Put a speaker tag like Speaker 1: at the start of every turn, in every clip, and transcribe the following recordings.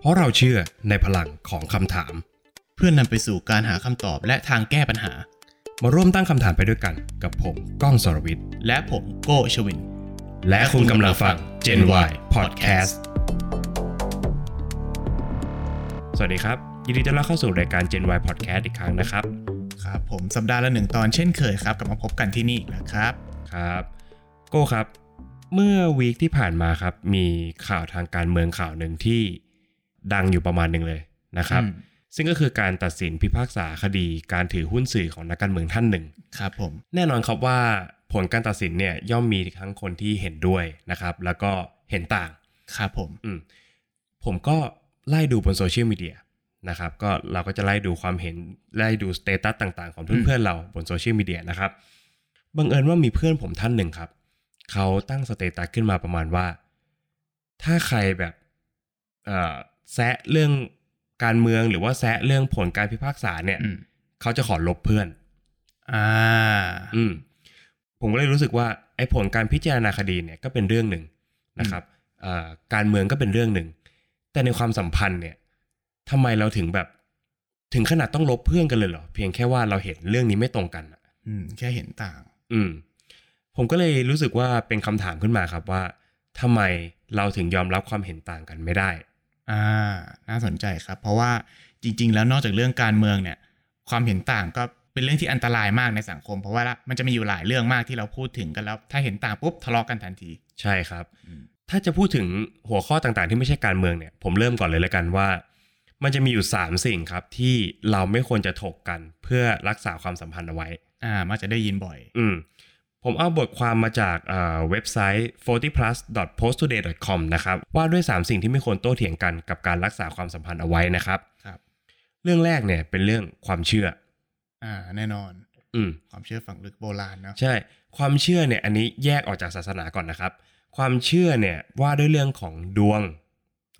Speaker 1: เพราะเราเชื่อในพลังของคำถาม
Speaker 2: เพื่อนนำไปสู่การหาคำตอบและทางแก้ปัญหา
Speaker 1: มาร่วมตั้งคำถามไปด้วยกันกับผมก้องสรวิทย์
Speaker 2: และผมโก้ชวิน
Speaker 1: และคุณกำลังฟัง Gen Y Podcast สวัสดีครับ ยินดีต้อนรับเข้าสู่รายการ Gen Y Podcast อีกครั้งนะครับ
Speaker 2: ครับผมสัปดาห์ละหนึ่งตอนเช่นเคยครับกลับมาพบกันที่นี่อีกแล้วครับ
Speaker 1: ครับโก้ครับ เมื่อวีคที่ผ่านมาครับ มีข่าวทางการเมืองข่าวหนึ่งที่ดังอยู่ประมาณหนึ่งเลยนะครับ
Speaker 2: อืม
Speaker 1: ซึ่งก็คือการตัดสินพิพากษาคดีการถือหุ้นสื่อของนักการเมืองท่านหนึ่ง
Speaker 2: ครับผม
Speaker 1: แน่นอนครับว่าผลการตัดสินเนี่ยย่อมมีทั้งคนที่เห็นด้วยนะครับ แล้วก็เห็นต่าง
Speaker 2: ครับผม
Speaker 1: อืมผมก็ไล่ดูบนโซเชียลมีเดียนะครับ ก็เราก็จะไล่ดูความเห็นไล่ดูสเตตัสต่างๆ ของ
Speaker 2: อืม
Speaker 1: เพื่อนๆเราบนโซเชียลมีเดียนะครับบังเอิญว่ามีเพื่อนผมท่านหนึ่งครับ เขาตั้งสเตตัสขึ้นมาประมาณว่า ถ้าใครแบบเอ่อแซะเรื่องการเมืองหรือว่าแซะเรื่องผลการพิพากษาเนี่ย
Speaker 2: อืม
Speaker 1: เขาจะขอลบเพื่อน
Speaker 2: อ่า
Speaker 1: อืมผมก็เลยรู้สึกว่าไอ้ผลการพิจารณาคดีเนี่ยก็เป็นเรื่องหนึ่งนะครับเอ่อการเมืองก็เป็นเรื่องหนึ่ง แต่ในความสัมพันธ์เนี่ยทำไมเราถึงแบบถึงขนาดต้องลบเพื่อนกันเลยเหรอ เพียงแค่ว่าเราเห็นเรื่องนี้ไม่ตรงกันอะ
Speaker 2: อืม แค่เห็นต่าง
Speaker 1: อืม ผมก็เลยรู้สึกว่าเป็นคำถามขึ้นมาครับว่าทำไมเราถึงยอมรับความเห็นต่างกันไม่ได้
Speaker 2: อ่า น่าสนใจครับ เพราะว่าจริง ๆ แล้วนอกจากเรื่องการเมืองเนี่ย ความเห็นต่างก็เป็นเรื่องที่อันตรายมากในสังคม เพราะว่ามันจะมีอยู่หลายเรื่องมากที่เราพูดถึงกันแล้ว ถ้าเห็นต่างปุ๊บทะเลาะกันทันที
Speaker 1: ใช่ครับ
Speaker 2: อืม
Speaker 1: ถ้าจะพูดถึงหัวข้อต่างๆ ที่ไม่ใช่การเมืองเนี่ย ผมเริ่มก่อนเลยละกันว่า มันจะมีอยู่ 3 สิ่งครับ ที่เราไม่ควรจะถกกันเพื่อรักษาความสัมพันธ์เอาไว้
Speaker 2: อ่า มักจะได้ยินบ่อย
Speaker 1: อืมผมเอาบทความมาจากเอ่อเว็บไซต์ 40plus.posttoday.com นะครับ ว่าด้วย 3 สิ่งที่ไม่ควรโต้เถียงกันกับการรักษาความสัมพันธ์เอาไว้นะครับ
Speaker 2: ครับ
Speaker 1: เรื่องแรกเนี่ยเป็นเรื่องความเชื่อ
Speaker 2: อ่า แน่นอน
Speaker 1: อืม
Speaker 2: ความเชื่อฝังลึกโบราณเนอะ
Speaker 1: ใช่ ความเชื่อเนี่ยอันนี้แยกออกจากศาสนาก่อนนะครับ ความเชื่อเนี่ยว่าด้วยเรื่องของดวง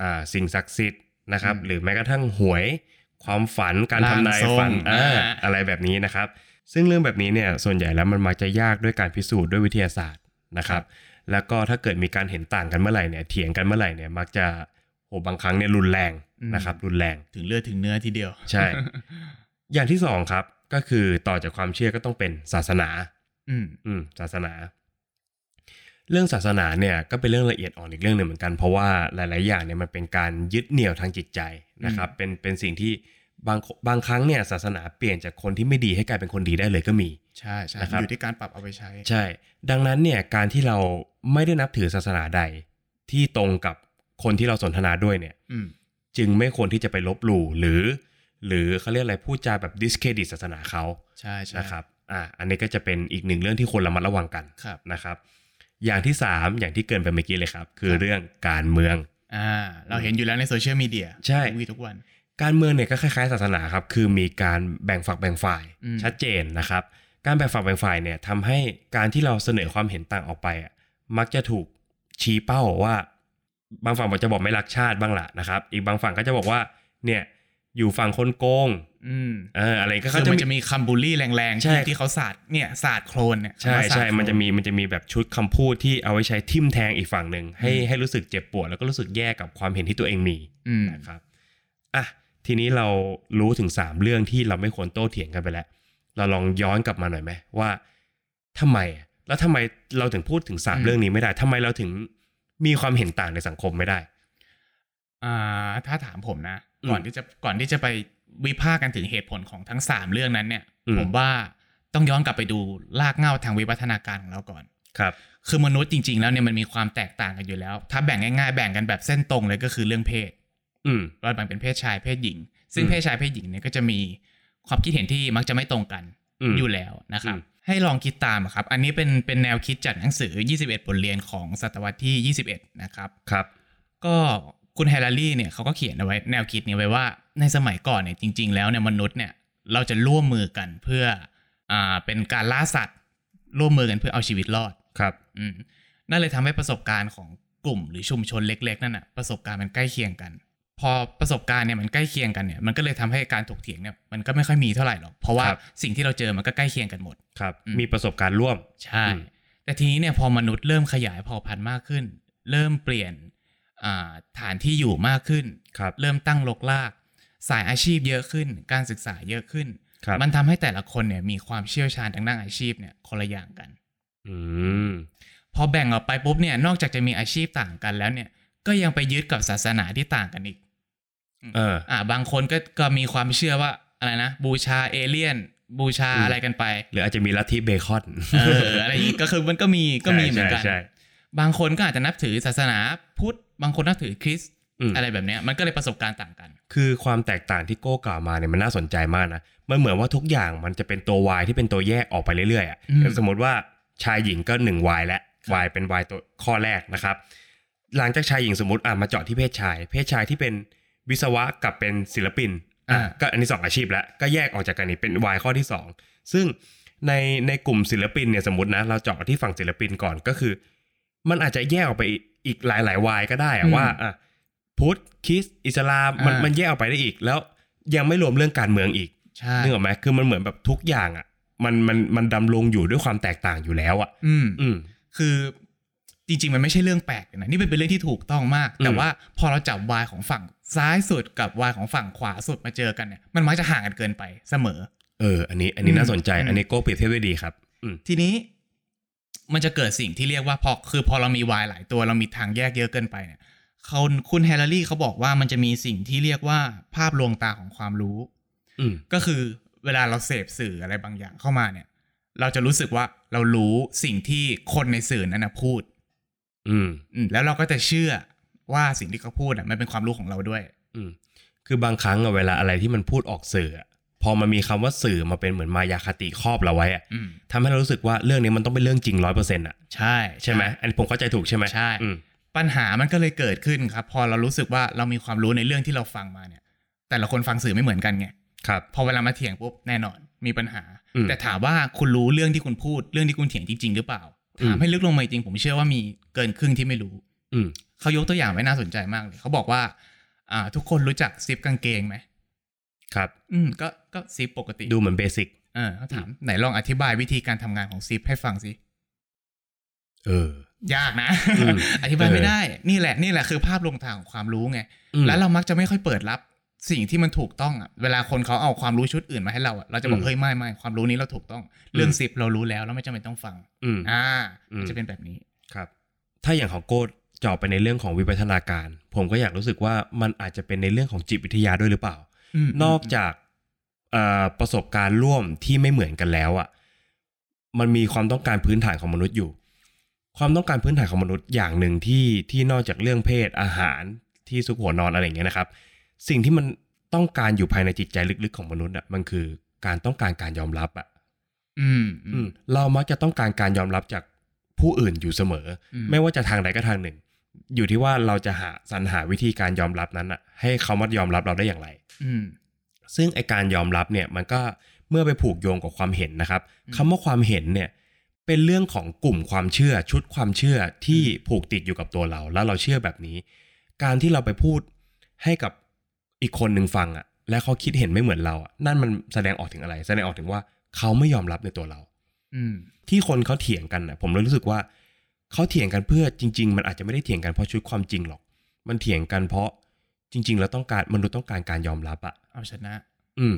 Speaker 1: อ่าสิ่งศักดิ์สิทธิ์นะครับ หรือแม้กระทั่งหวย ความฝันการทำนายฝันอ่าอะไรแบบนี้นะครับ ซึ่งเรื่องแบบนี้เนี่ยส่วนใหญ่แล้วมันมักจะยากด้วยการพิสูจน์ด้วยวิทยาศาสตร์นะครับ แล้วก็ถ้าเกิดมีการเห็นต่างกันเมื่อไหร่เนี่ยเถียงกันเมื่อไหร่เนี่ยมักจะโหบางครั้งเนี่ยรุนแรงนะครับ รุนแรง
Speaker 2: ถึงเลือดถึงเนื้อทีเดียว
Speaker 1: ใช่ อย่างที่สองครับก็คือต่อจากความเชื่อก็ต้องเป็นศาสนา
Speaker 2: อืม
Speaker 1: อืมศาสนา เรื่องศาสนาเนี่ยก็เป็นเรื่องละเอียดอ่อนอีกเรื่องหนึ่งเหมือนกัน เพราะว่าหลาย ๆ อย่างเนี่ยมันเป็นการยึดเหนี่ยวทางจิตใจนะครับ เป็นเป็นสิ่งที่บางบางครั้งเนี่ยศาสนาเปลี่ยนจากคนที่ไม่ดีให้กลายเป็นคนดีได้เลยก็มี
Speaker 2: ใช่ใช่
Speaker 1: นะครับ
Speaker 2: อยู่ที่การปรับเอาไปใช้
Speaker 1: ใช่ ดังนั้นเนี่ยการที่เราไม่ได้นับถือศาสนาใด ที่ตรงกับคนที่เราสนทนาด้วยเนี่ย
Speaker 2: อืม
Speaker 1: จึงไม่ควรที่จะไปลบหลู่หรือ หรือเขาเรียกอะไรพูดจาแบบ discredit ศาสนาเขา
Speaker 2: ใช่ใช่
Speaker 1: นะครับ อ่า อันนี้ก็จะเป็นอีกหนึ่งเรื่องที่ควรระมัดระวังกัน
Speaker 2: ครับ
Speaker 1: นะครับอย่างที่ 3 อย่างที่เกรินไปเมื่อกี้เลยครับ คือ
Speaker 2: ครับ
Speaker 1: เรื่องการเมือง
Speaker 2: อ่า เราเห็นอยู่แล้วในโซเชียลมีเดีย
Speaker 1: ใช่
Speaker 2: ทุกวีทุกวัน
Speaker 1: การเมืองเนี่ยก็คล้ายๆศาสนาครับ คือมีการแบ่งฝักแบ่งฝ่าย
Speaker 2: อืม
Speaker 1: ชัดเจนนะครับ การแบ่งฝักแบ่งฝ่ายเนี่ยทำให้การที่เราเสนอความเห็นต่างออกไปอะมักจะถูกชี้เป้าว่า บางฝั่งบอกจะบอกไม่รักชาติบ้างละนะครับ อีกบางฝั่งก็จะบอกว่าเนี่ยอยู่ฝั่งคนโกง
Speaker 2: อืม
Speaker 1: เอออะไรก็
Speaker 2: คือ
Speaker 1: จะ
Speaker 2: มัน
Speaker 1: มี
Speaker 2: จะมีคำบูลลี่แรงๆ
Speaker 1: ใช่
Speaker 2: ที่ที่เขาสาดเนี่ยสาดโคลนเนี่ย
Speaker 1: ใช่
Speaker 2: คำว่าสาด
Speaker 1: ใช่
Speaker 2: โคล
Speaker 1: มันจะมีมันจะมีแบบชุดคำพูดที่เอาไว้ใช้ทิ่มแทงอีกฝั่งหนึ่งให้ให้รู้สึกเจ็บปวดแล้วก็รู้สึกแย่กับความเห็นที่ตัวเองมี
Speaker 2: อืม
Speaker 1: นะครับอ่ะทีนี้เรารู้ถึง 3 เรื่องที่เราไม่ควรโต้เถียงกันไปแล้ว เราลองย้อนกลับมาหน่อยไหมว่าทำไมอ่ะแล้วทำไมเราถึงพูดถึง 3 เรื่องนี้ไม่ได้ทำไมเราถึงมีความเห็นต่างในสังคมไม่ได้
Speaker 2: อ่า ถ้าถามผมนะ
Speaker 1: อืม
Speaker 2: ก่อนที่จะก่อนที่จะไปวิพากษ์กันถึงเหตุผลของทั้งสามเรื่องนั้นเนี่ย
Speaker 1: อืม
Speaker 2: ผมว่าต้องย้อนกลับไปดูรากเหง้าทางวิวัฒนาการของเราก่อน
Speaker 1: ครับ
Speaker 2: คือมนุษย์จริง ๆ แล้วเนี่ยมันมีความแตกต่างกันอยู่แล้ว ถ้าแบ่งง่ายๆแบ่งกันแบบเส้นตรงเลยก็คือเรื่องเพศ
Speaker 1: อืม
Speaker 2: เราแบ่งเป็นเพศชายเพศหญิง ซึ่ง
Speaker 1: อืม
Speaker 2: เพศชายเพศหญิงเนี่ยก็จะมีความคิดเห็นที่มักจะไม่ตรงกัน
Speaker 1: ม
Speaker 2: อยู่แล้วนะครับ
Speaker 1: อืม
Speaker 2: ให้ลองคิดตามอะครับ อันนี้เป็นเป็นแนวคิดจากหนังสือ 21 บทเรียนของศตวรรษที่ 21 นะครับ
Speaker 1: ครับ
Speaker 2: ก็คุณแฮร์รารี่เนี่ยเขาก็เขียนเอาไว้แนวคิดนี้ไว้ว่าในสมัยก่อนเนี่ยจริง ๆ แล้วเนี่ยมนุษย์เนี่ยเราจะร่วมมือกันเพื่ออ่าเป็นการล่าสัตว์ ร่วมมือกันเพื่อเอาชีวิตรอด
Speaker 1: ครับ
Speaker 2: อืมนั่นเลยทำให้ประสบการณ์ของกลุ่มหรือชุมชนเล็ก ๆ นั่นน่ะประสบการณ์มันใกล้เคียงกัน พอประสบการณ์เนี่ยมันใกล้เคียงกันเนี่ยมันก็เลยทำให้การถกเถียงเนี่ยมันก็ไม่ค่อยมีเท่าไหร่หรอกเพราะว่า
Speaker 1: ครับ
Speaker 2: สิ่งที่เราเจอมันก็ใกล้เคียงกันหมด
Speaker 1: ครับ
Speaker 2: อืม
Speaker 1: มีประสบการณ์ร่วม
Speaker 2: ใช่
Speaker 1: อืม
Speaker 2: แต่ทีนี้เนี่ยพอมนุษย์เริ่มขยายเผ่าพันธุ์มากขึ้น เริ่มเปลี่ยน อ่าฐานที่อยู่มากขึ้น
Speaker 1: ครับ
Speaker 2: เริ่มตั้งลกลาก สายอาชีพเยอะขึ้น การศึกษาเยอะขึ้น
Speaker 1: ครับ
Speaker 2: มันทำให้แต่ละคนเนี่ยมีความเชี่ยวชาญทางด้านอาชีพเนี่ยคนละอย่างกัน
Speaker 1: อืม
Speaker 2: พอแบ่งออกไปปุ๊บเนี่ยนอกจากจะมีอาชีพต่างกันแล้วเนี่ยก็ยังไปยึดกับศาสนาที่ต่างกันอีก
Speaker 1: เออ
Speaker 2: อ่าบางคนก็ก็มีความเชื่อว่าอะไรนะ บูชาเอเลี่ยน บูชา
Speaker 1: อืม
Speaker 2: อะไร กันไป
Speaker 1: หรืออาจจะมีลัทธิเบคอน
Speaker 2: เอออะไรอย่างงี้ก็คือมันก็มีก็มีเหมือนกัน
Speaker 1: ใช่ใช่ใช่
Speaker 2: บางคนก็อาจจะนับถือศาสนาพุทธ บางคนนับถือคริสต์
Speaker 1: อืม
Speaker 2: อะไรแบบเนี้ยมันก็เลยประสบการณ์ต่างกัน
Speaker 1: คือความแตกต่างที่โก้กล่าวมาเนี่ยมันน่าสนใจมากนะมันเหมือนว่าทุกอย่างมันจะเป็นตัววายที่เป็นตัวแยกออกไปเรื่อยๆอะ
Speaker 2: อืม
Speaker 1: สมมติว่าชายหญิงก็หนึ่งวายแล้ววายเป็นวายตัวข้อแรกนะครับ หลังจากชายหญิงสมมติอ่ะมาเจาะที่เพศชาย เพศชายที่เป็นวิศวะกับเป็นศิลปินอ่ะ
Speaker 2: อ่า
Speaker 1: ก็อันนี้สองอาชีพแล้วก็แยกออกจากกันนี่เป็นวายข้อที่สองซึ่งในในกลุ่มศิลปินเนี่ยสมมตินะเราเจาะไปที่ฝั่งศิลปินก่อนก็คือ มันอาจจะแยกออกไปอีกหลายๆวายก็ได้อะ
Speaker 2: อืม
Speaker 1: ว่าอ่ะพุทธคริสต์อิสลามมัน
Speaker 2: อ่ามั
Speaker 1: มันแยกออกไปได้อีก แล้วยังไม่รวมเรื่องการเมืองอีก
Speaker 2: ใช่
Speaker 1: นึกออกไหมคือมันเหมือนแบบทุกอย่างอ่ะ มันมันมันดำรงอยู่ด้วยความแตกต่างอยู่แล้วอ่ะ
Speaker 2: อืม
Speaker 1: อืม
Speaker 2: คือจริงๆ มันไม่ใช่เรื่องแปลกนะนี่เป็นเป็นเรื่องที่ถูกต้องมาก แต่
Speaker 1: อืม
Speaker 2: ว่าพอเราจับวายของฝั่งซ้ายสุดกับวายของฝั่งขวาสุดมาเจอกันเนี่ยมันมักจะห่างกันเกินไปเสมอ
Speaker 1: เออ อันนี้ อันนี้
Speaker 2: อืม
Speaker 1: น่าสนใจ
Speaker 2: อืม
Speaker 1: อันนี้โก้เปรียบเทียบได้ดีครับ อืม
Speaker 2: ทีนี้มันจะเกิดสิ่งที่เรียกว่าพอคือพอเรามีวายหลายตัวเรามีทางแยกเยอะเกินไปเนี่ยเขาคุณแฮร์รี่เขาบอกว่ามันจะมีสิ่งที่เรียกว่าภาพลวงตาของความรู้
Speaker 1: อืม
Speaker 2: ก็คือเวลาเราเสพสื่ออะไรบางอย่างเข้ามาเนี่ย เราจะรู้สึกว่าเรารู้สิ่งที่คนในสื่อนั้นนะพูด
Speaker 1: อืม
Speaker 2: อืมแล้วเราก็จะเชื่อว่าสิ่งที่เขาพูดอ่ะมันเป็นความรู้ของเราด้วย
Speaker 1: อืม คือบางครั้งอะเวลาอะไรที่มันพูดออกสื่ออะพอมันมีคำว่าสื่อมาเป็นเหมือนมายาคติครอบเราไว้อะ
Speaker 2: อืม
Speaker 1: ทำให้เรารู้สึกว่าเรื่องนี้มันต้องเป็นเรื่องจริงร้อยเปอร์เซ็นต์อ่ะ
Speaker 2: ใช่
Speaker 1: ใช่ไหมอันนี้ผมเข้าใจถูกใช่ไหม
Speaker 2: ใช่
Speaker 1: อืม
Speaker 2: ปัญหามันก็เลยเกิดขึ้นครับ พอเรารู้สึกว่าเรามีความรู้ในเรื่องที่เราฟังมาเนี่ย แต่ละคนฟังสื่อไม่เหมือนกันไง
Speaker 1: ครับ
Speaker 2: พอเวลามาเถียงปุ๊บแน่นอนมีปัญหา
Speaker 1: อืม
Speaker 2: แต่ถามว่าคุณรู้เรื่องที่คุณพูดเรื่องที่คุณเถียงจริง ๆ หรือเปล่า
Speaker 1: อืม
Speaker 2: ถามให้ลึกลงมาจริงผมเชื่อว่ามีเกินครึ่งที่ไม่รู้
Speaker 1: อืม
Speaker 2: เขายกตัวอย่างไว้น่าสนใจมากเลยเขาบอกว่าอ่า ทุกคนรู้จักซิปกางเกงไหม
Speaker 1: ครับ
Speaker 2: อืมก็ก็ซิปปกติ
Speaker 1: ดูเหมือนเบสิก
Speaker 2: เออเขาถามไหนลองอธิบายวิธีการทำงานของซิปให้ฟังสิ
Speaker 1: เออ
Speaker 2: ยากนะ
Speaker 1: อืม
Speaker 2: อธิบายไม่ได้ นี่แหละนี่แหละคือภาพลวงตาของความรู้ไง
Speaker 1: อืม
Speaker 2: แล้วเรามักจะไม่ค่อยเปิดรับสิ่งที่มันถูกต้องอ่ะเวลาคนเขาเอาความรู้ชุดอื่นมาให้เราอ่ะเราจะบอ
Speaker 1: อื
Speaker 2: ก
Speaker 1: ม
Speaker 2: เฮ้ยไม่ไม่ความรู้นี้เราถูกต้อง เรื่อง
Speaker 1: อืม
Speaker 2: ซิปเรารู้แล้วเราไม่จำเป็นต้องฟัง
Speaker 1: อืม
Speaker 2: อ่า
Speaker 1: อืม
Speaker 2: จะเป็นแบบนี้
Speaker 1: ครับ ถ้าอย่างของโก้เจาะไปในเรื่องของวิวัฒนาการ ผมก็อยากรู้สึกว่ามันอาจจะเป็นในเรื่องของจิตวิทยาด้วยหรือเปล่า
Speaker 2: อืม
Speaker 1: นอกจากเอ่อประสบการณ์ร่วมที่ไม่เหมือนกันแล้วอะ่ะ มันมีความต้องการพื้นฐานของมนุษย์อยู่ ความต้องการพื้นฐานของมนุษย์อย่างหนึ่งที่ที่นอกจากเรื่องเพศอาหารที่ซุกหัวนอนอะไรอย่างเงี้ยนะครับ สิ่งที่มันต้องการอยู่ภายในจิตใจลึกๆของมนุษย์อ่ะมันคือการต้องการการยอมรับอ่ะ
Speaker 2: อืม
Speaker 1: อืมเรามักจะต้องการการยอมรับจากผู้อื่นอยู่เสมอ
Speaker 2: อื
Speaker 1: ไม่ว่าจะทางใดก็ทางหนึ่ง อยู่ที่ว่าเราจะหาสรรหาวิธีการยอมรับนั้นอะให้เขามายอมรับเราได้อย่างไร
Speaker 2: อืม
Speaker 1: ซึ่งไอการยอมรับเนี่ยมันก็เมื่อไปผูกโยงกับความเห็นนะครับ
Speaker 2: อืม
Speaker 1: คำว่าความเห็นเนี่ยเป็นเรื่องของกลุ่มความเชื่อชุดความเชื่อที่ผูกติดอยู่กับตัวเรา แล้วเราเชื่อแบบนี้ การที่เราไปพูดให้กับอีกคนหนึ่งฟังอะและเขาคิดเห็นไม่เหมือนเราอะนั่นมันแสดงออกถึงอะไร แสดงออกถึงว่าเขาไม่ยอมรับในตัวเรา
Speaker 2: อืม
Speaker 1: ที่คนเขาเถียงกันนะผมเลยรู้สึกว่าเขาเถียงกันเพื่อจริง ๆ มันอาจจะไม่ได้เถียงกันเพราะชุดความจริงหรอก มันเถียงกันเพราะจริง ๆ แล้วต้องการมนุษย์ต้องการการยอมรับอะ
Speaker 2: เอาชนะ
Speaker 1: อืม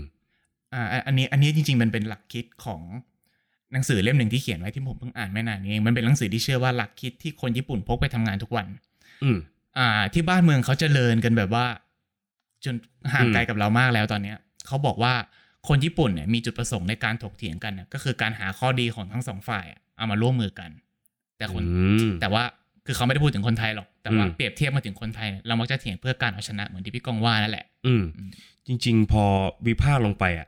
Speaker 2: อ่าอันอันนี้อันนี้จริงๆมันเป็นหลักคิดของหนังสือเล่มหนึ่งที่เขียนไว้ที่ผมเพิ่งอ่านไม่นานนี้เองมันเป็นหนังสือที่เชื่อว่าหลักคิดที่คนญี่ปุ่นพกไปทำงานทุกวัน
Speaker 1: อืม
Speaker 2: อ่า ที่บ้านเมืองเขาจเจริญกันแบบว่า จนห่างไกล
Speaker 1: อืม
Speaker 2: กับเรามากแล้วตอนเนี้ยเขาบอกว่าคนญี่ปุ่นเนี่ยมีจุดประสงค์ในการถกเถียงกันเนี่ยก็คือการหาข้อดีของทั้งสองฝ่ายอะเอามาร่วมมือกัน แต่คน
Speaker 1: อืม
Speaker 2: แต่ว่าคือเขาไม่ได้พูดถึงคนไทยหรอก แต่ว่า
Speaker 1: อืม
Speaker 2: เปรียบเทียบมาถึงคนไทย เรามักจะเถียงเพื่อการเอาชนะเหมือนที่พี่กองว่านั่นแหละ
Speaker 1: อืม
Speaker 2: อืม
Speaker 1: จริง ๆ พอวิพากษ์ลงไปอ่ะ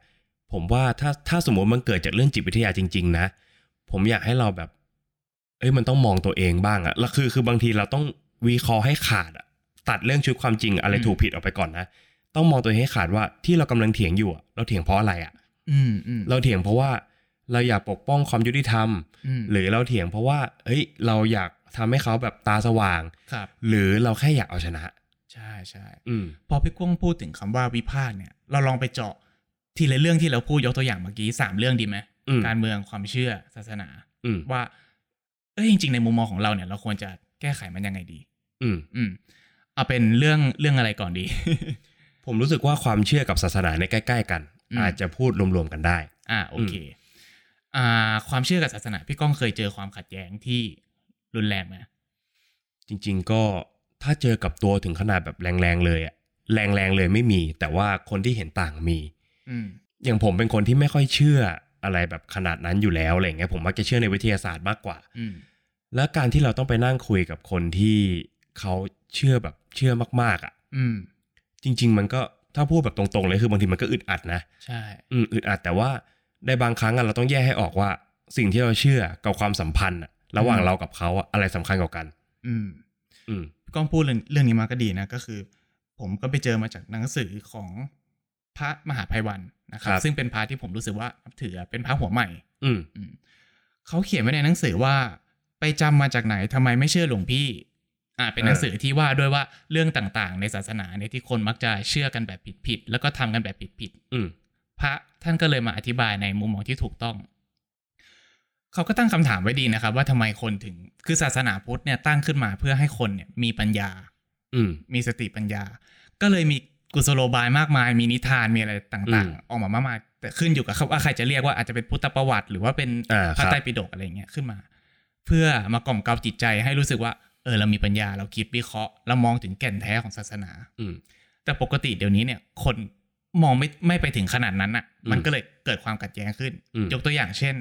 Speaker 1: ผมว่าถ้าถ้าสมมติมันเกิดจากเรื่องจิตวิทยาจริง ๆ นะ ผมอยากให้เราแบบ เอ้ยมันต้องมองตัวเองบ้างอ่ะแล้วคือคือบางทีเราต้องวิเคราะห์ให้ขาดอะตัดเรื่องชุดความจริงอะไรถูกผิดออกไปก่อนนะต้องมองตัวเองให้ขาดว่าที่เรากำลังเถียงอยู่อะเราเถียงเพราะอะไรอ่ะ
Speaker 2: อืมอืม
Speaker 1: เราเถียงเพราะว่าเราอยากปกป้องความยุติธรรม
Speaker 2: อืม
Speaker 1: หรือเราเถียงเพราะว่า เอ้ย เราอยากทำให้เขาแบบตาสว่าง
Speaker 2: ครับ
Speaker 1: หรือเราแค่อยากเอาชนะ
Speaker 2: ใช่ใช่
Speaker 1: อืม
Speaker 2: พอพี่กุ้งพูดถึงคำว่าวิพากษ์เนี่ยเราลองไปเจาะทีละเรื่องที่เราพูดยกตัวอย่างเมื่อกี้สามเรื่องดีไหม
Speaker 1: อืม
Speaker 2: การเมืองความเชื่อศาสนา
Speaker 1: อืม
Speaker 2: ว่าเอ้ยจริง ๆ ในมุมมองของเราเนี่ย เราควรจะแก้ไขมันยังไงดี
Speaker 1: อืม
Speaker 2: อืม เอาเป็นเรื่องเรื่องอะไรก่อนดี
Speaker 1: ผมรู้สึกว่าความเชื่อกับศาสนาในยใกล้ ๆ กัน
Speaker 2: อืม
Speaker 1: อาจจะพูดรวมๆกันได้
Speaker 2: อ่าโอเคอ่าความเชื่อกับศาสนาพี่ก้องเคยเจอความขัดแย้งที่รุนแรงไหม
Speaker 1: จริง ๆ ก็ถ้าเจอกับตัวถึงขนาดแบบแรงๆเลยอะแรงๆเลยไม่มี แต่ว่าคนที่เห็นต่างมี
Speaker 2: อืม
Speaker 1: อย่างผมเป็นคนที่ไม่ค่อยเชื่ออะไรแบบขนาดนั้นอยู่แล้วอะไรอย่างเงี้ยผมมักจะเชื่อในวิทยาศาสตร์มากกว่า
Speaker 2: อืม
Speaker 1: แล้วการที่เราต้องไปนั่งคุยกับคนที่เขาเชื่อแบบเชื่อมากๆอะ่ะ
Speaker 2: อืม
Speaker 1: จริง ๆ มันก็ถ้าพูดแบบตรงๆเลยคือบางทีมันก็อึดอัดนะ
Speaker 2: ใช่
Speaker 1: อืมอึดอัดแต่ว่าในบางครั้งอะเราต้องแยกให้ออกว่า สิ่งที่เราเชื่อกับความสัมพันธ์อะระหว่างเรากับเขาอะอะไรสำคัญกว่ากัน
Speaker 2: อืม
Speaker 1: อืม
Speaker 2: พี่ก้องพูดเรื่องเรื่องนี้มาก็ดีนะก็คือ ผมก็ไปเจอมาจากหนังสือของพระมหาภัยวันนะครับ
Speaker 1: ครับ
Speaker 2: ซึ่งเป็นพระที่ผมรู้สึกว่านับถือเป็นพระหัวใหม่
Speaker 1: อืม
Speaker 2: อืมเขาเขียนไว้ในหนังสือว่า ไปจำมาจากไหนทำไมไม่เชื่อหลวงพี่ อ่าเป็นหนังสือที่ว่าด้วยว่าเรื่องต่างๆ ในศาสนาในยที่คนมักจะเชื่อกันแบบผิดๆแล้วก็ทำกันแบบผิดๆ
Speaker 1: อืม
Speaker 2: พระท่านก็เลยมาอธิบายในมุมมองที่ถูกต้อง เขาก็ตั้งคำถามไว้ดีนะครับ ว่าทำไมคนถึงคือศาสนาพุทธเนี่ยตั้งขึ้นมาเพื่อให้คนเนี่ยมีปัญญา
Speaker 1: อืม
Speaker 2: มีสติปัญญา ก็เลยมีกุศโลบายมากมาย มีนิทานมีอะไรต่าง
Speaker 1: อืม
Speaker 2: ๆ ออกมามากมายแต่ขึ้นอยู่กับว่าใครจะเรียกว่าอาจจะเป็นพุทธประวัติ หรือว่าเป็น
Speaker 1: อ่าครับ
Speaker 2: พระไตรปิฎกอะไรอย่างเงี้ยขึ้นมา เพื่อมากล่อมเกลาจิตใจให้รู้สึกว่าเออเรามีปัญญาเราคิดวิเคราะห์เรามองถึงแก่นแท้ของศาสนา
Speaker 1: อืม
Speaker 2: แต่ปกติเดี๋ยวนี้เนี่ยคนมองไม่ไม่ไปถึงขนาดนั้นอ่ะ มันก็เลยเกิดความขัดแย้งขึ้น
Speaker 1: อืม
Speaker 2: ยกตัวอย่างเช่น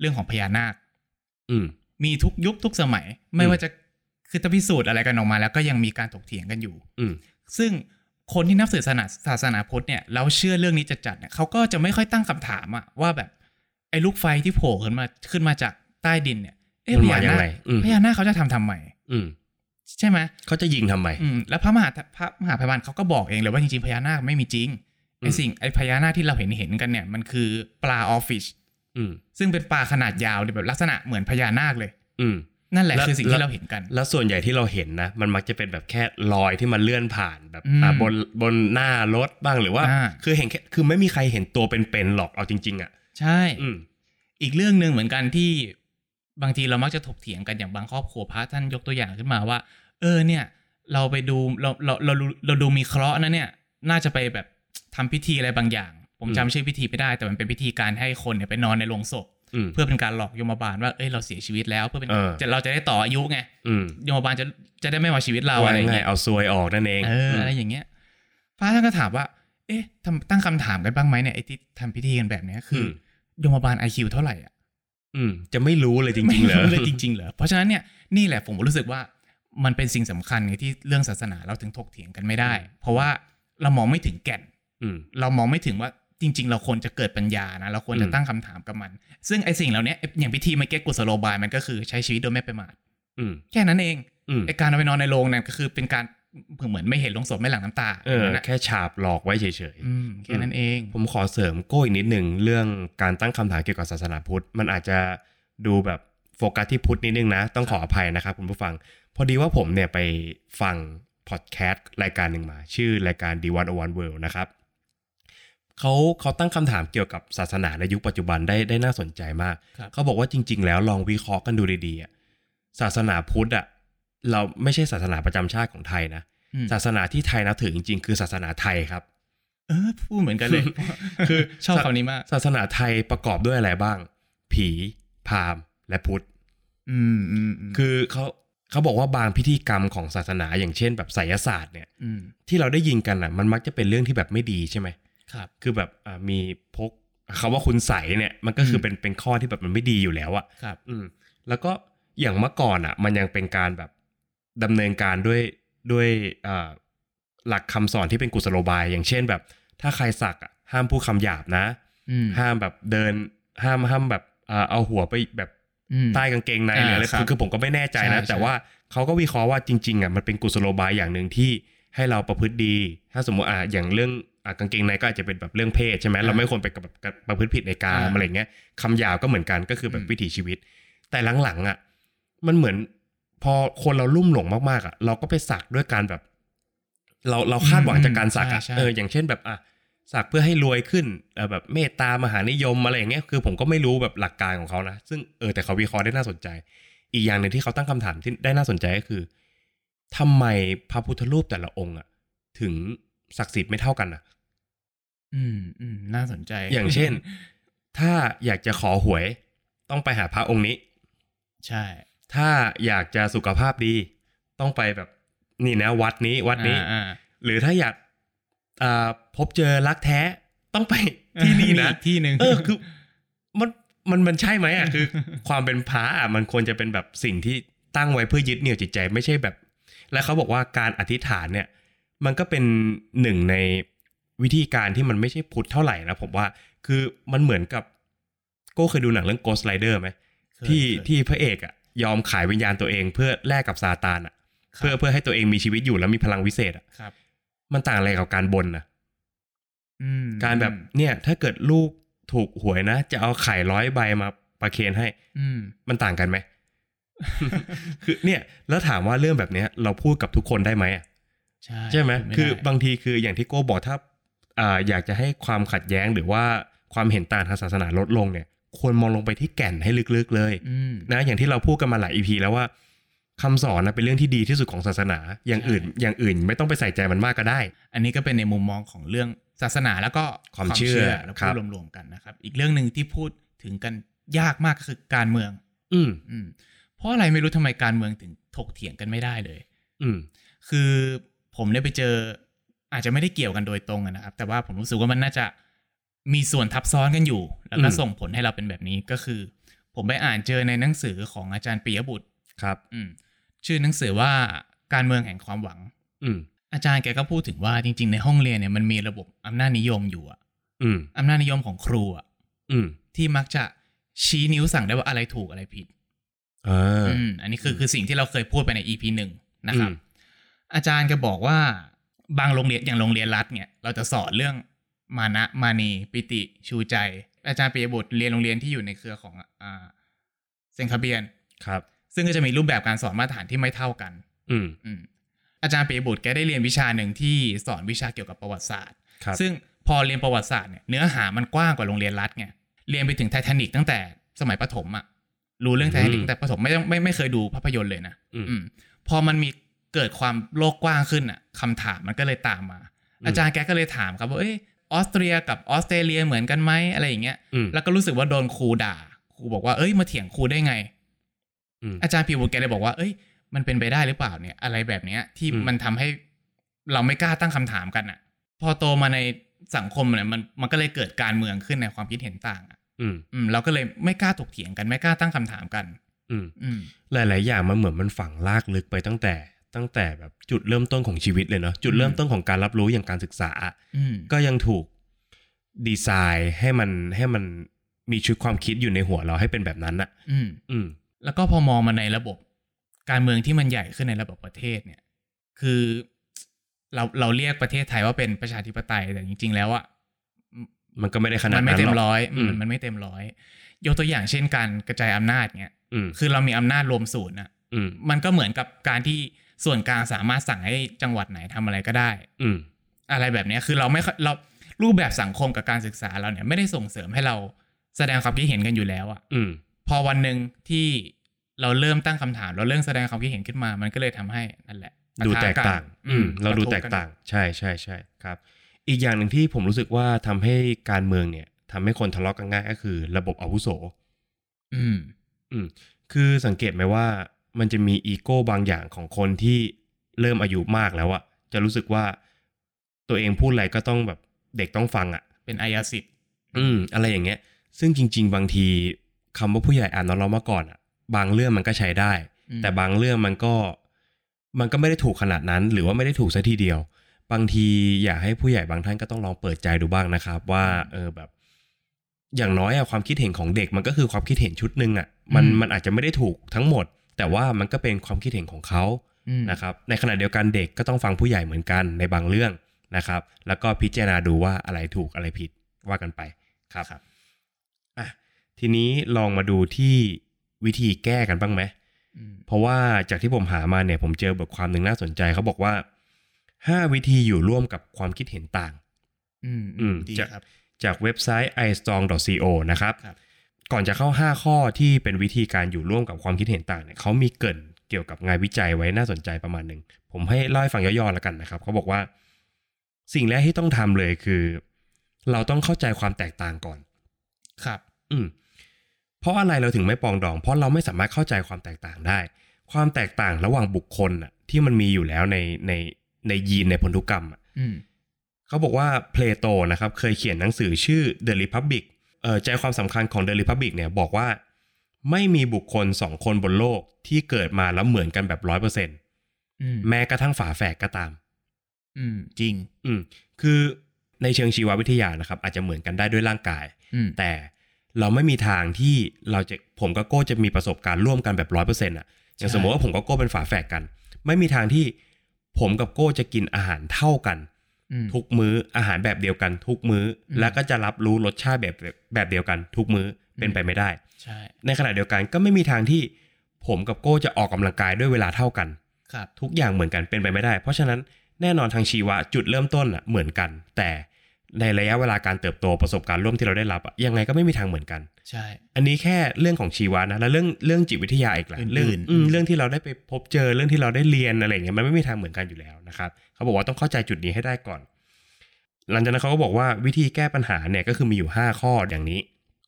Speaker 2: เรื่องของพญานาค
Speaker 1: อืม
Speaker 2: มีทุกยุคทุกสมัย ไม่
Speaker 1: อืม
Speaker 2: ว่าจะคือจะพิสูจน์อะไรกันออกมา แล้วก็ยังมีการถกเถียงกันอยู่
Speaker 1: อืม
Speaker 2: ซึ่งคนที่นับถือศาสนาศาสนาพุทธเนี่ยแล้วเชื่อเรื่องนี้จัดๆเนี่ยเขาก็จะไม่ค่อยตั้งคำถามอะว่าแบบไอ้ลูกไฟที่โผล่ขึ้นมาขึ้นมาจากใต้ดินเนี่ยเอ๊ะ
Speaker 1: มัน
Speaker 2: พ
Speaker 1: มา
Speaker 2: ญา
Speaker 1: ยั
Speaker 2: นาง ค
Speaker 1: ไงอืม
Speaker 2: พญานาคเขาจะทำทำไม
Speaker 1: อืม
Speaker 2: ใช่ไหม
Speaker 1: เขาจะยิงทำไม
Speaker 2: อืมแล้วพระมหาพระมหาภัยวันเขาก็บอกเองเลยว่าจริงๆพญานาคไม่มีจริงไอ
Speaker 1: อืม
Speaker 2: สิ่งไอพญานาคที่เราเห็นเห็นกันเนี่ยมันคือปลาออฟฟิช
Speaker 1: อืม
Speaker 2: ซึ่งเป็นปลาขนาดยาวเนี่ยแบบลักษณะเหมือนพญานาคเลย
Speaker 1: อืม
Speaker 2: นั่นแหละ
Speaker 1: แล้ว
Speaker 2: คือสิ่งที่เราเห็นกัน
Speaker 1: แล้วส่วนใหญ่ที่เราเห็นนะ มันมักจะเป็นแบบแค่รอยที่มันเลื่อนผ่านแบบ
Speaker 2: อืม
Speaker 1: อ่ะบนบนหน้ารถบ้างหรือว่า
Speaker 2: อ่า
Speaker 1: คือเห็นแค่คือไม่มีใครเห็นตัวเป็นๆหรอกเอาจริง ๆ อ่ะ
Speaker 2: ใช่
Speaker 1: อืม
Speaker 2: อีกเรื่องหนึ่งเหมือนกันที่บางทีเรามักจะถกเถียงกันอย่างบางครอบครัวพระท่านยกตัวอย่างขึ้นมาว่า เออเนี่ย เราไปดูเราเราเราดูเราดูมีเคราะห์นะเนี่ย น่าจะไปแบบทำพิธีอะไรบางอย่าง ผม
Speaker 1: อืม
Speaker 2: จำชื่อพิธีไม่ได้ แต่มันเป็นพิธีการให้คนเนี่ยไปนอนในโลงศพ
Speaker 1: อืม
Speaker 2: เพื่อเป็นการหลอกโยมบาลว่า เอ้ย เราเสียชีวิตแล้ว เพื่อเป็น
Speaker 1: เออ
Speaker 2: จะเราจะได้ต่ออายุไง
Speaker 1: อืม
Speaker 2: โยมบาลจะจะได้ไม่มาชีวิตเรา
Speaker 1: เอา
Speaker 2: อะไร
Speaker 1: ไง
Speaker 2: อย่าง
Speaker 1: ไง
Speaker 2: เงี้ย
Speaker 1: เอาซวยออกนั่นเอง
Speaker 2: เออ อะไรอย่างเงี้ย พระท่านก็ถามว่า เอ๊ะทำตั้งคำถามกันบ้างไหมเนี่ยไอ้ที่ทำพิธีกันแบบเนี้ยคือ
Speaker 1: ม
Speaker 2: อโยมบาลไอคิวเท่าไหร่อ่ะ
Speaker 1: อืม จะไม่รู้เลยจริง ๆ เหรอ
Speaker 2: ไม่เลยจริงๆเหรอ เพราะฉะนั้นเนี่ย นี่แหละผมรู้สึกว่ามันเป็นสิ่งสำคัญไงที่เรื่องศาสนาเราถึงถกเถียงกันไม่ได้ เพราะว่าเรามองไม่ถึงแก่น
Speaker 1: อืม
Speaker 2: เรามองไม่ถึงว่าจริง ๆ เราควรจะเกิดปัญญานะเราควรจะ
Speaker 1: อืม
Speaker 2: ตั้งคำถามกับมัน ซึ่งไอสิ่งเหล่าเนี้ยอย่างพิธีไม่เก็ตกุศโลบายมันก็คือใช้ชีวิตโดยไม่ประมาท
Speaker 1: อืม
Speaker 2: แค่นั้นเอง
Speaker 1: อืม
Speaker 2: ไอการเอาไปนอนในโรงเนี่ยก็คือเป็นการเหมือนไม่เห็นลงศพไม่หลั่งน้ำตา
Speaker 1: เออ
Speaker 2: นั่นนะ
Speaker 1: แค่ฉาบหลอกไว้เฉย
Speaker 2: อืมแค่นั้นเอง
Speaker 1: ๆผมขอเสริมโก้อีกนิดหนึ่งเรื่องการตั้งคำถามเกี่ยวกับศาสนาพุทธ มันอาจจะดูแบบโฟกัสที่พุทธนิดนึงนะ ต้องขออภัยนะครับคุณผู้ฟัง พอดีว่าผมเนี่ยไปฟังพอดแคสต์รายการหนึ่งมา ชื่อรายการ d 1 0 1 World นะครับเขาเขาตั้งคำถามเกี่ยวกับศาสนาในยุคปัจจุบันได้ได้น่าสนใจมาก
Speaker 2: ครับ
Speaker 1: เขาบอกว่าจริง ๆ แล้วลองวิเคราะห์กันดูดีๆอะศาสนาพุทธอะเราไม่ใช่ศาสนาประจำชาติของไทยนะ
Speaker 2: อืม
Speaker 1: ศาสนาที่ไทยนับถือจริง ๆ คือศาสนาไทยครับ
Speaker 2: เออพูดเหมือนกัน เลย คือชอบคำนี้มาก
Speaker 1: ศาสนาไทยประกอบด้วยอะไรบ้าง ผี พราหมณ์ และพุทธ
Speaker 2: อืมอืมอืม
Speaker 1: คือเขาเขาบอกว่าบางพิธีกรรมของศาสนาอย่างเช่น แบบไสยศาสตร์เนี่ย
Speaker 2: อืม
Speaker 1: ที่เราได้ยินกันอ่ะ มันมักจะเป็นเรื่องที่แบบไม่ดีใช่ไหม
Speaker 2: ครับ
Speaker 1: คือแบบอ่ามีพกคำว่าคุณใสยเนี่ย มันก็คืออ
Speaker 2: ม
Speaker 1: เป็นเป็นข้อที่แบบมันไม่ดีอยู่แล้วอ่ะ
Speaker 2: ครับ
Speaker 1: อืมแล้วก็อย่างเมื่อก่อนอ่ะ มันยังเป็นการแบบดำเนินการด้วยด้วยเอ่อหลักคำสอนที่เป็นกุศโลบาย อย่างเช่นแบบ ถ้าใครสักอะห้ามพูดคำหยาบนะ
Speaker 2: อืม
Speaker 1: ห้ามแบบเดิน ห้ามห้ามแบบเอ่อเอาหัวไปแบบ
Speaker 2: อืม
Speaker 1: ใต้กางเกงในห
Speaker 2: อ่า
Speaker 1: รืออะไร
Speaker 2: ครับ
Speaker 1: คือคือผมก็ไม่แน่ใจนะ
Speaker 2: ใช่
Speaker 1: แต่
Speaker 2: ใช่
Speaker 1: ว่าเขาก็วิเคราะห์ว่าจริงๆอ่ะมันเป็นกุศโลบายอย่างหนึ่งที่ให้เราประพฤติดี ถ้าสมมติอ่ะอย่างเรื่องอ่ะกางเกงในก็อาจจะเป็นแบบเรื่องเพศใช่ไหมเราไม่ควรไปกับแบบประพฤติผิดในการ
Speaker 2: อ่า
Speaker 1: อะไรเงี้ยคำหยาบก็เหมือนกันก็คือแบบวิถีชีวิต แต่หลังๆอ่ะมันเหมือนพอคนเราลุ่มหลงมากๆอ่ะเราก็ไปสักด้วยการแบบ เราเราคาดหวังจากการสักอ่ะ
Speaker 2: อืมใช่ใช่
Speaker 1: เอออย่างเช่นแบบอ่ะสักเพื่อให้รวยขึ้นเออแบบเมตตามหานิยมอะไรอย่างเงี้ยคือผมก็ไม่รู้แบบหลักการของเขานะซึ่งเออแต่เขาวิเคราะห์ได้น่าสนใจ อีกอย่างหนึ่งที่เขาตั้งคำถามที่ได้น่าสนใจก็คือ ทำไมพระพุทธรูปแต่ละองค์อะถึงศักดิ์สิทธิ์ไม่เท่ากันอะ
Speaker 2: อืมอืมน่าสนใจ
Speaker 1: อย่าง เช่น ถ้าอยากจะขอหวย ต้องไปหาพระองค์นี้
Speaker 2: ใช่
Speaker 1: ถ้าอยากจะสุขภาพดี ต้องไปแบบนี่นะวัดนี้วัดนี้
Speaker 2: อ่า
Speaker 1: หรือถ้าอยากอ่าพบเจอรักแท้ต้องไป
Speaker 2: อ่า
Speaker 1: ที่นี่
Speaker 2: มี
Speaker 1: นะ
Speaker 2: อีกที่หนึ่ง
Speaker 1: เออคือมันมันมันใช่ไหมอ่ะคือ ความเป็นพระอ่ะมันควรจะเป็นแบบสิ่งที่ตั้งไว้เพื่อยึดเหนี่ยวจิตใจไม่ใช่แบบ และเขาบอกว่าการอธิษฐานเนี่ย มันก็เป็นหนึ่งในวิธีการที่มันไม่ใช่พุทธเท่าไหร่นะผมว่าคือมันเหมือนกับโก็เคยดูหนังเรื่อง Ghost Rider ไหม
Speaker 2: เคย
Speaker 1: ที่
Speaker 2: เคย
Speaker 1: ที่พระเอกอะยอมขายวิญญาณตัวเองเพื่อแลกกับซาตานอะ
Speaker 2: ครับ
Speaker 1: เพื่อเพื่อให้ตัวเองมีชีวิตอยู่แล้วมีพลังวิเศษอะ
Speaker 2: ครับ
Speaker 1: มันต่างอะไรกับการบนนะ
Speaker 2: อืม
Speaker 1: การแบบเนี่ยถ้าเกิดลูกถูกหวยนะ จะเอาไข่ร้อยใบมาประเคนให้
Speaker 2: อืม
Speaker 1: มันต่างกันไหม คือเนี่ยแล้วถามว่าเรื่องแบบเนี้ยเราพูดกับทุกคนได้ไหมอะ
Speaker 2: ใช่
Speaker 1: ใช่ไหม
Speaker 2: พูด
Speaker 1: คือ
Speaker 2: ได้
Speaker 1: บางทีคืออย่างที่โก้บอกถ้าอ่าอยากจะให้ความขัดแย้งหรือว่าความเห็นต่างทางศาสนาลดลงเนี่ย ควรมองลงไปที่แก่นให้ลึกๆเลย
Speaker 2: อืม
Speaker 1: นะอย่างที่เราพูดกันมาหลายอีพีแล้วว่าคำสอนนะเป็นเรื่องที่ดีที่สุดของศาสนา อย่าง
Speaker 2: ใช่
Speaker 1: อื่น อย่างอื่นไม่ต้องไปใส่ใจมันมากก็ได้
Speaker 2: อันนี้ก็เป็นในมุมมองของเรื่องศาสนาแล้วก็
Speaker 1: ความเชื่อ
Speaker 2: แล้ว
Speaker 1: ครั
Speaker 2: พูด
Speaker 1: บ
Speaker 2: รวมๆกันนะครับ อีกเรื่องหนึ่งที่พูดถึงกันยากมากก็คือการเมือง
Speaker 1: อืม
Speaker 2: อืม เพราะอะไรไม่รู้ทำไมการเมืองถึงถกเถียงกันไม่ได้เลย
Speaker 1: อืม
Speaker 2: คือผมได้ไปเจอ อาจจะไม่ได้เกี่ยวกันโดยตรงอะนะครับ แต่ว่าผมรู้สึกว่ามันน่าจะมีส่วนทับซ้อนกันอยู่ แล้วก็
Speaker 1: อืม
Speaker 2: ส่งผลให้เราเป็นแบบนี้ก็คือ ผมไปอ่านเจอในหนังสือของอาจารย์ปิยบุตร
Speaker 1: ครับ
Speaker 2: อืม ชื่อหนังสือว่าการเมืองแห่งความหวัง
Speaker 1: อืม
Speaker 2: อาจารย์แกก็พูดถึงว่าจริงๆ ในห้องเรียนเนี่ยมันมีระบบอำนาจนิยมอยู่อะ
Speaker 1: อืม
Speaker 2: อำนาจนิยมของครูอะ
Speaker 1: อืม
Speaker 2: ที่มักจะชี้นิ้วสั่งได้ว่าอะไรถูกอะไรผิด
Speaker 1: เออ
Speaker 2: อืม อันนี้คือคือสิ่งที่เราเคยพูดไปใน EP หนึ่งนะครับ
Speaker 1: อืม
Speaker 2: อาจารย์ก็บอกว่าบางโรงเรียนอย่างโรงเรียนรัฐเนี่ย เราจะสอนเรื่องมานะมานีปิติชูใจ อาจารย์ปิยบุตรเรียนโรงเรียนที่อยู่ในเครือของอ่าเซนคาเบียน
Speaker 1: ครับ
Speaker 2: ซึ่งก็จะมีรูปแบบการสอนมาตรฐานที่ไม่เท่ากัน
Speaker 1: อืม
Speaker 2: อืมอาจารย์ปิยบุตรแกได้เรียนวิชาหนึ่งที่สอนวิชาเกี่ยวกับประวัติศาสตร์
Speaker 1: ครับ
Speaker 2: ซึ่งพอเรียนประวัติศาสตร์เนี่ยเนื้อหามันกว้างกว่าโรงเรียนรัฐไงเรียนไปถึงไททานิกตั้งแต่สมัยประถมอะรู้เรื่องไททานิ
Speaker 1: อืม
Speaker 2: กตั้งแต่ประถมไม่ต้องไม่ไม่เคยดูภาพยนตร์เลยนะ
Speaker 1: อืม
Speaker 2: อืมพอมันมีเกิดความโลกกว้างขึ้นอะคำถามมันก็เลยตามมา
Speaker 1: อืม
Speaker 2: อาจารย์แกก็เลยถามครับว่าเอยออสเตรียกับออสเตรเลียเหมือนกันไหมอะไรอย่างเงี้ย
Speaker 1: อืม
Speaker 2: แล้วก็รู้สึกว่าโดนครูด่าครูบอกว่าเอ้ยมาเถียงครูได้ไง
Speaker 1: อืม
Speaker 2: อาจารย์ปิยบุตรแกเลยบอกว่า เอ้ย มันเป็นไปได้หรือเปล่าเนี่ย อะไรแบบเนี้ย ที่
Speaker 1: อืม
Speaker 2: มันทำให้เราไม่กล้าตั้งคำถามกันอะ่ะ พอโตมาในสังคมเนี่ยมันมันก็เลยเกิดการเมืองขึ้นในความคิดเห็นต่างอะ
Speaker 1: อืม
Speaker 2: อืม เราก็เลยไม่กล้าถกเถียงกันไม่กล้าตั้งคำถามกัน
Speaker 1: อืม
Speaker 2: อืม
Speaker 1: หลาย ๆ อย่างมันเหมือนมันฝังลากลึกไปตั้งแต่ตั้งแต่แบบจุดเริ่มต้นของชีวิตเลยเนาะจุดเริ่มต้นของการรับรู้อย่างการศึกษา
Speaker 2: อืม
Speaker 1: ก็ยังถูกดีไซน์ให้มันให้มันมีชุดความคิดอยู่ในหัวเราให้เป็นแบบนั้นอะ
Speaker 2: อืม
Speaker 1: อืม
Speaker 2: แล้วก็พอมองมาในระบบ การเมืองที่มันใหญ่ขึ้นในระบบประเทศเนี่ย คือเราเราเรียกประเทศไทยว่าเป็นประชาธิปไตยแต่จริง ๆ แล้วอะ
Speaker 1: มันก็ไม่ได้ขนาด
Speaker 2: มัน
Speaker 1: นั้
Speaker 2: ไม่
Speaker 1: น
Speaker 2: เต็ม
Speaker 1: หรอก
Speaker 2: ร้อยอืม
Speaker 1: อืม
Speaker 2: มันไม่เต็มร้อย ยกตัวอย่างเช่นการกระจายอำนาจเนี่ย
Speaker 1: อืม
Speaker 2: คือเรามีอำนาจรวมศูนย์อะ
Speaker 1: อืม
Speaker 2: มันก็เหมือนกับการที่ส่วนกลางสามารถสั่งให้จังหวัดไหนทำอะไรก็ได้
Speaker 1: อืม
Speaker 2: อะไรแบบเนี้ยคือเราไม่ค่อยเรารูปแบบสังคมกับการศึกษาเราเนี่ยไม่ได้ส่งเสริมให้เราแสดงความคิดเห็นกันอยู่แล้วอะ
Speaker 1: อืม
Speaker 2: พอวันหนึ่งที่เราเริ่มตั้งคำถาม เราเริ่มแสดงความคิดเห็นขึ้นมา มันก็เลยทำให้นั่นแหละปะ
Speaker 1: ดู
Speaker 2: ทะน
Speaker 1: แตกต่าง
Speaker 2: อื
Speaker 1: อืม
Speaker 2: ม
Speaker 1: เราดู
Speaker 2: ปะทุ
Speaker 1: แตก
Speaker 2: น
Speaker 1: ต่าง ใช่ใช่ใช่ครับ อีกอย่างหนึ่งที่ผมรู้สึกว่าทำให้การเมืองเนี่ยทำให้คนทะเลาะกันง่ายก็คือ ระบบอาวุโส
Speaker 2: อืม
Speaker 1: คือสังเกตไหมว่ามันจะมีอีโก้บางอย่างของคนที่เริ่มอายุมากแล้วอะจะรู้สึกว่าตัวเองพูดอะไรก็ต้องแบบเด็กต้องฟังอะ
Speaker 2: เป็นอายาสิทธิ์
Speaker 1: อืมอะไรอย่างเงี้ย ซึ่งจริง ๆ บางทีคำว่าผู้ใหญ่อ่านน้องเรามาก่อนอ่ะ บางเรื่องมันก็ใช้ได้
Speaker 2: อืม
Speaker 1: แต่บางเรื่องมันก็ มันก็ไม่ได้ถูกขนาดนั้น หรือว่าไม่ได้ถูกซะทีเดียว บางทีอยากให้ผู้ใหญ่บางท่านก็ต้องลองเปิดใจดูบ้างนะครับ ว่า เออแบบ อย่างน้อยอะความคิดเห็นของเด็กมันก็คือความคิดเห็นชุดหนึ่งอ่ะ มันมันอาจจะไม่ได้ถูกทั้งหมด แต่ว่ามันก็เป็นความคิดเห็นของเขา
Speaker 2: อืม
Speaker 1: นะครับในขณะเดียวกันเด็กก็ต้องฟังผู้ใหญ่เหมือนกันในบางเรื่องนะครับ แล้วก็พิจารณาดูว่าอะไรถูกอะไรผิดว่ากันไปครับ
Speaker 2: ครับ
Speaker 1: อ่ะทีนี้ลองมาดูที่วิธีแก้กันบ้างไหม
Speaker 2: อืม
Speaker 1: เพราะว่าจากที่ผมหามาเนี่ยผมเจอบทความหนึ่งน่าสนใจเขาบอกว่า 5 วิธีอยู่ร่วมกับความคิดเห็นต่าง
Speaker 2: อืม
Speaker 1: อื
Speaker 2: อื
Speaker 1: ม
Speaker 2: มดี
Speaker 1: จะ
Speaker 2: ครับ
Speaker 1: จากเว็บไซต์ istrong.co นะครับ
Speaker 2: ครับ
Speaker 1: ก่อนจะเข้า 5 ข้อที่เป็นวิธีการอยู่ร่วมกับความคิดเห็นต่างเนี่ยเขามีเกริน เกี่ยวกับงานวิจัยไว้น่าสนใจประมาณหนึ่ง ผมให้เล่าให้ฟังย่อๆแล้วกันนะครับ เขาบอกว่า สิ่งแรกที่ต้องทำเลยคือ เราต้องเข้าใจความแตกต่างก่อน
Speaker 2: ครับ
Speaker 1: อืมเพราะอะไรเราถึงไม่ปรองดอง เพราะเราไม่สามารถเข้าใจความแตกต่างได้ ความแตกต่างระหว่างบุคคลน่ะที่มันมีอยู่แล้วในในในยีนในพันธุกรรมอะ
Speaker 2: อืม
Speaker 1: เขาบอกว่าเพลโตนะครับเคยเขียนหนังสือชื่อ The Republic เอ่อใจความสำคัญของ The Republic เนี่ยบอกว่า ไม่มีบุคคลสองคนบนโลกที่เกิดมาแล้วเหมือนกันแบบร้อยเปอร์เซ็น
Speaker 2: อืม
Speaker 1: แม้กระทั่งฝาแฝดก็ตาม
Speaker 2: อืมจริง
Speaker 1: อืมคือในเชิงชีววิทยานะครับ อาจจะเหมือนกันได้ด้วยร่างกาย
Speaker 2: อืม
Speaker 1: แต่เราไม่มีทางที่เราจะผมกับโก้จะมีประสบการณ์ร่วมกันแบบร้อยเปอร์เซ็นต์อ่ะอย่างสมมติว่าผมกับโก้เป็นฝาแฝดกัน ไม่มีทางที่ผมกับโก้จะกินอาหารเท่ากัน
Speaker 2: อืม
Speaker 1: ทุกมื้ออาหารแบบเดียวกันทุกมื้ออ
Speaker 2: ม
Speaker 1: แล้วก็จะรับรู้รสชาติแบบแบบเดียวกันทุกมื้ออ
Speaker 2: ม
Speaker 1: เป็นไปไม่ได้
Speaker 2: ใช่
Speaker 1: ในขณะเดียวกันก็ไม่มีทางที่ผมกับโก้จะออกกำลังกายด้วยเวลาเท่ากัน
Speaker 2: ครับ
Speaker 1: ทุกอย่างเหมือนกันเป็นไปไม่ได้ เพราะฉะนั้นแน่นอนทางชีวะจุดเริ่มต้นอ่ะเหมือนกัน แต่ในระยะเวลาการเติบโตประสบการณ์ร่วมที่เราได้รับอะยังไงก็ไม่มีทางเหมือนกัน
Speaker 2: ใช่
Speaker 1: อันนี้แค่เรื่องของชีวะนะแล้วเรื่องเรื่องจิตวิทยาอีกแหละ
Speaker 2: อื่นๆ
Speaker 1: เรื่อง
Speaker 2: อื
Speaker 1: อื
Speaker 2: ม
Speaker 1: มเรื่องที่เราได้ไปพบเจอเรื่องที่เราได้เรียนอะไรอย่างเงี้ยมันไม่มีทางเหมือนกันอยู่แล้วนะครับเขาบอกว่าต้องเข้าใจจุดนี้ให้ได้ก่อน หลังจากนั้นเขาก็บอกว่าวิธีแก้ปัญหาเนี่ยก็คือมีอยู่ 5 ข้ออย่างนี้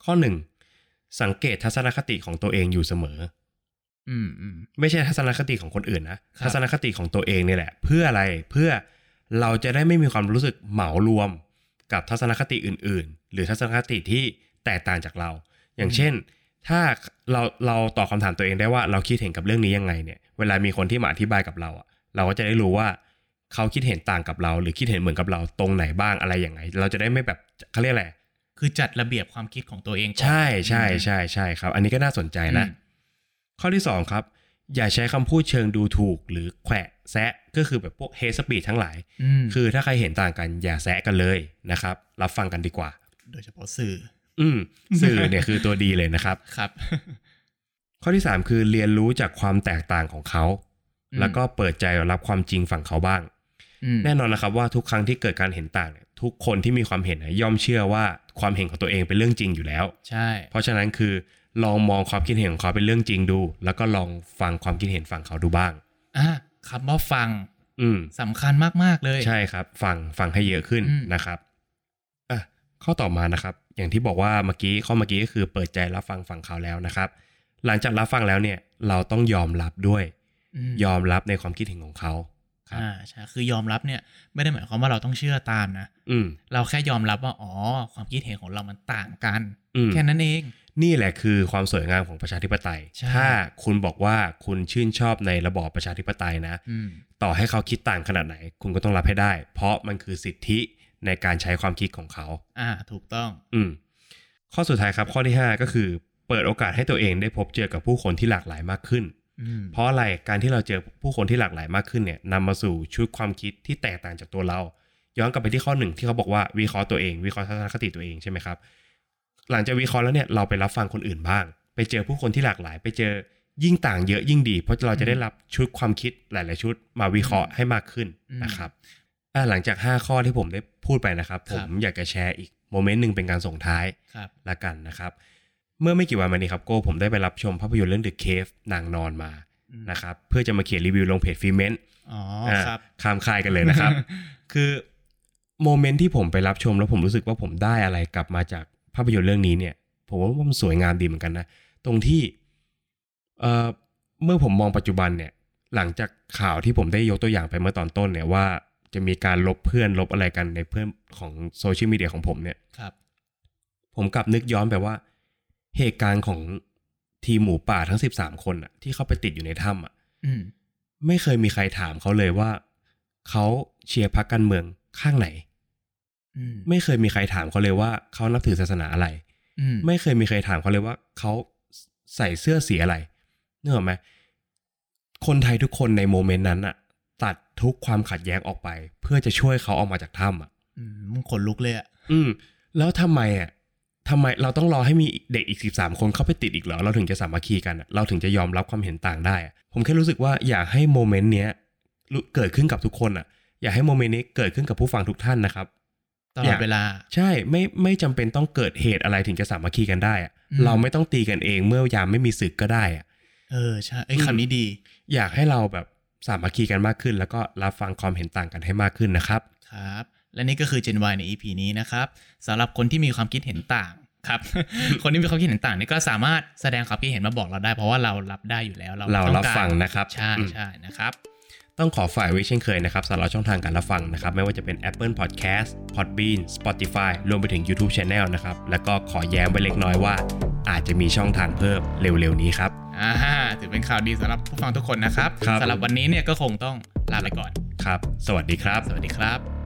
Speaker 1: ข้อ 1 สังเกตทัศนคติของตัวเองอยู่เสมอ
Speaker 2: อืมอืม
Speaker 1: ไม่ใช่ทัศนคติของคนอื่นนะครับ ทัศนคติของตัวเองเนี่ยแหละ เพื่ออะไรเพื่อเราจะได้ไม่มีความรู้สึกเหมารวม กับทัศนคติอื่น ๆ หรือทัศนคติที่แตกต่างจากเรา อย่างเช่น ถ้าเราเราตอบคำถามตัวเองได้ว่าเราคิดเห็นกับเรื่องนี้ยังไงเนี่ยเวลามีคนที่มาอธิบายกับเราอะเราก็จะได้รู้ว่าเขาคิดเห็นต่างกับเรา หรือคิดเห็นเหมือนกับเราตรงไหนบ้างอะไรอย่างไง เราจะได้ไม่แบบเขาเรียกอะไร
Speaker 2: คือจัดระเบียบความคิดของตัวเองก่อน
Speaker 1: ใช่ใช่ใช่ใช่ครับ อันนี้ก็น่าสนใจนะ
Speaker 2: อืม
Speaker 1: ข้อที่ 2 ครับ อย่าใช้คำพูดเชิงดูถูกหรือแขวะแซะก็คือแบบพวกเฮสปีดทั้งหลาย
Speaker 2: อืม
Speaker 1: คือถ้าใครเห็นต่างกันอย่าแซะกันเลยนะครับ รับฟังกันดีกว่า
Speaker 2: โดยเฉพาะสื่อ
Speaker 1: อืมสื่อเนี่ย คือตัวดีเลยนะครับ
Speaker 2: ครับ
Speaker 1: ข้อที่ 3 คือเรียนรู้จากความแตกต่างของเขา
Speaker 2: อืม
Speaker 1: แล้วก็เปิดใจรับความจริงฝั่งเขาบ้าง
Speaker 2: อืม
Speaker 1: แน่นอนนะครับว่าทุกครั้งที่เกิดการเห็นต่างเนี่ยทุกคนที่มีความเห็นเนี่ยย่อมเชื่อว่าความเห็นของตัวเองเป็นเรื่องจริงอยู่แล้ว
Speaker 2: ใช่
Speaker 1: เพราะฉะนั้นคือลองมองความคิดเห็นของเขาเป็นเรื่องจริงดู แล้วก็ลองฟังความคิดเห็นฝั่งเขาดูบ้าง
Speaker 2: อ่ะคำว่าฟัง
Speaker 1: อืม
Speaker 2: สำคัญมาก ๆ เลย
Speaker 1: ใช่ครับ ฟังฟังให้เยอะขึ้น
Speaker 2: อืม
Speaker 1: นะครับอ่ะข้อต่อมานะครับ อย่างที่บอกว่าเมื่อกี้ข้อเมื่อกี้ก็คือเปิดใจรับฟังฝั่งเขาแล้วนะครับ หลังจากรับฟังแล้วเนี่ย เราต้องยอมรับด้วย
Speaker 2: ม
Speaker 1: ยอมรับในความคิดเห็นของเขา ครับ
Speaker 2: อ่าใช่คือยอมรับเนี่ยไม่ได้หมายความว่าเราต้องเชื่อตามนะ
Speaker 1: อืม
Speaker 2: เราแค่ยอมรับว่าอ๋อ ความคิดเห็นของเรามันต่างกัน
Speaker 1: อืม
Speaker 2: แค่นั้นเอง
Speaker 1: นี่แหละคือความสวยงามของประชาธิปไตย
Speaker 2: ใช่
Speaker 1: ถ้าคุณบอกว่าคุณชื่นชอบในระบอบประชาธิปไตยนะ
Speaker 2: อืม
Speaker 1: ต่อให้เขาคิดต่างขนาดไหน คุณก็ต้องรับให้ได้ เพราะมันคือสิทธิในการใช้ความคิดของเขา
Speaker 2: อ่า ถูกต้อง
Speaker 1: อืมข้อสุดท้ายครับข้อที่ 5 ก็คือ เปิดโอกาสให้ตัวเองได้พบเจอกับผู้คนที่หลากหลายมากขึ้น
Speaker 2: อืม
Speaker 1: เพราะอะไรการที่เราเจอผู้คนที่หลากหลายมากขึ้นเนี่ยนำมาสู่ชุดความคิดที่แตกต่างจากตัวเรา ย้อนกลับไปที่ข้อหนึ่งที่เขาบอกว่าวิเคราะห์ตัวเองวิเคราะห์ทัศนคติตัวเองใช่ไหมครับหลังจากวิเคราะห์แล้วเนี่ยเราไปรับฟังคนอื่นบ้าง ไปเจอผู้คนที่หลากหลาย ไปเจอยิ่งต่างเยอะยิ่งดี เพราะเราจะได้รับชุดความคิดหลาย ๆ ชุดมาวิเคราะห์ให้มากขึ้นนะครับอ่ะหลังจาก 5 ข้อที่ผมได้พูดไปนะครับผมอยากจะแชร์อีกโมเมนต์หนึ่งเป็นการส่งท้าย
Speaker 2: ครับ
Speaker 1: ละกันนะครับ เมื่อไม่กี่วันมานี้ครับโก้ผมได้ไปรับชมภาพยนตร์เรื่อง The Cave นางนอนมา
Speaker 2: อืม
Speaker 1: นะครับเพื่อจะมาเขียนรีวิวลงเพจฟีเมนต์
Speaker 2: อ๋อครับ
Speaker 1: ข้ามค่ายกันเลย นะครับ คือโมเมนต์ที่ผมไปรับชมแล้วผมรู้สึกว่าผมได้อะไรกลับมาจากภาพยนตร์เรื่องนี้เนี่ย ผมว่ามันสวยงามดีเหมือนกันนะ ตรงที่เอ่อเมื่อผมมองปัจจุบันเนี่ย หลังจากข่าวที่ผมได้ยกตัวอย่างไปเมื่อตอนต้นเนี่ยว่าจะมีการลบเพื่อนลบอะไรกันในเพื่อนของโซเชียลมีเดียของผมเนี่ย
Speaker 2: ครับ
Speaker 1: ผมกลับนึกย้อนไปว่า เหตุการณ์ของทีมหมูป่าทั้ง 13 คนอะที่เขาไปติดอยู่ในถ้ำอะ
Speaker 2: อืม
Speaker 1: ไม่เคยมีใครถามเขาเลยว่า เขาเชียร์พักการเมืองข้างไหน
Speaker 2: อืม
Speaker 1: ไม่เคยมีใครถามเขาเลยว่าเขานับถือศาสนาอะไร
Speaker 2: อืม
Speaker 1: ไม่เคยมีใครถามเขาเลยว่าเขาใส่เสื้อสีอะไรนึกออกไหมคนไทยทุกคนในโมเมนต์นั้นอะตัดทุกความขัดแย้งออกไป เพื่อจะช่วยเขาออกมาจากถ้ำอะ
Speaker 2: อืมมึงขนลุกเลยอ่ะ
Speaker 1: อืมแล้วทำไมอ่ะทำไมเราต้องรอให้มีเด็กอีก 13 คนเข้าไปติดอีกเหรอเราถึงจะสามัคคีกันอะเราถึงจะยอมรับความเห็นต่างได้อะผมแค่รู้สึกว่าอยากให้โมเมนต์เนี้ยรู้เกิดขึ้นกับทุกคนอ่ะ อยากให้โมเมนต์นี้เกิดขึ้นกับผู้ฟังทุกท่านนะครับ
Speaker 2: ตลอย
Speaker 1: อา
Speaker 2: ด
Speaker 1: ก
Speaker 2: เวลา
Speaker 1: ใช่ไม่ไม่จำเป็นต้องเกิดเหตุอะไรถึงจะสามัคคีกันได้อะ
Speaker 2: อืม
Speaker 1: เราไม่ต้องตีกันเองเมื่อยามไม่มีศึกก็ได้อะ
Speaker 2: เออใช่ไอ้ยคำนี้ดี
Speaker 1: อยากให้เราแบบสามัคคีกันมากขึ้น แล้วก็รับฟังความเห็นต่างกันให้มากขึ้นนะครับ
Speaker 2: ครับ และนี่ก็คือ Gen Y ใน EP นี้นะครับสำหรับคนที่มีความคิดเห็นต่างครับ คนที่มีความคิดเห็นต่างนี่ก็สามารถแสดงความคิดเห็นมาบอกเราได้ เพราะว่าเรารับได้อยู่แล้ว เรา
Speaker 1: เรา
Speaker 2: ต้อง
Speaker 1: รับ
Speaker 2: ก
Speaker 1: ฟังนะครับ
Speaker 2: ใช่
Speaker 1: อืม
Speaker 2: ใช่นะครับ
Speaker 1: ต้องขอฝ่ายไว้เช่นเคยนะครับสำหรับช่องทางการรับฟังนะครับ ไม่ว่าจะเป็น Apple Podcast Podbean Spotify รวมไปถึง YouTube Channel นะครับ แล้วก็ขอแย้มไว้เล็กน้อยว่า อาจจะมีช่องทางเพิ่มเร็วๆนี้ครับ
Speaker 2: อ่าถือเป็นข่าวดีสำหรับผู้ฟังทุกคนนะครับ
Speaker 1: ครับ
Speaker 2: สำหรับวันนี้เนี่ยก็คงต้องลาไปก่อน
Speaker 1: ครับ สวัสดีครับ
Speaker 2: สวัสดีครับ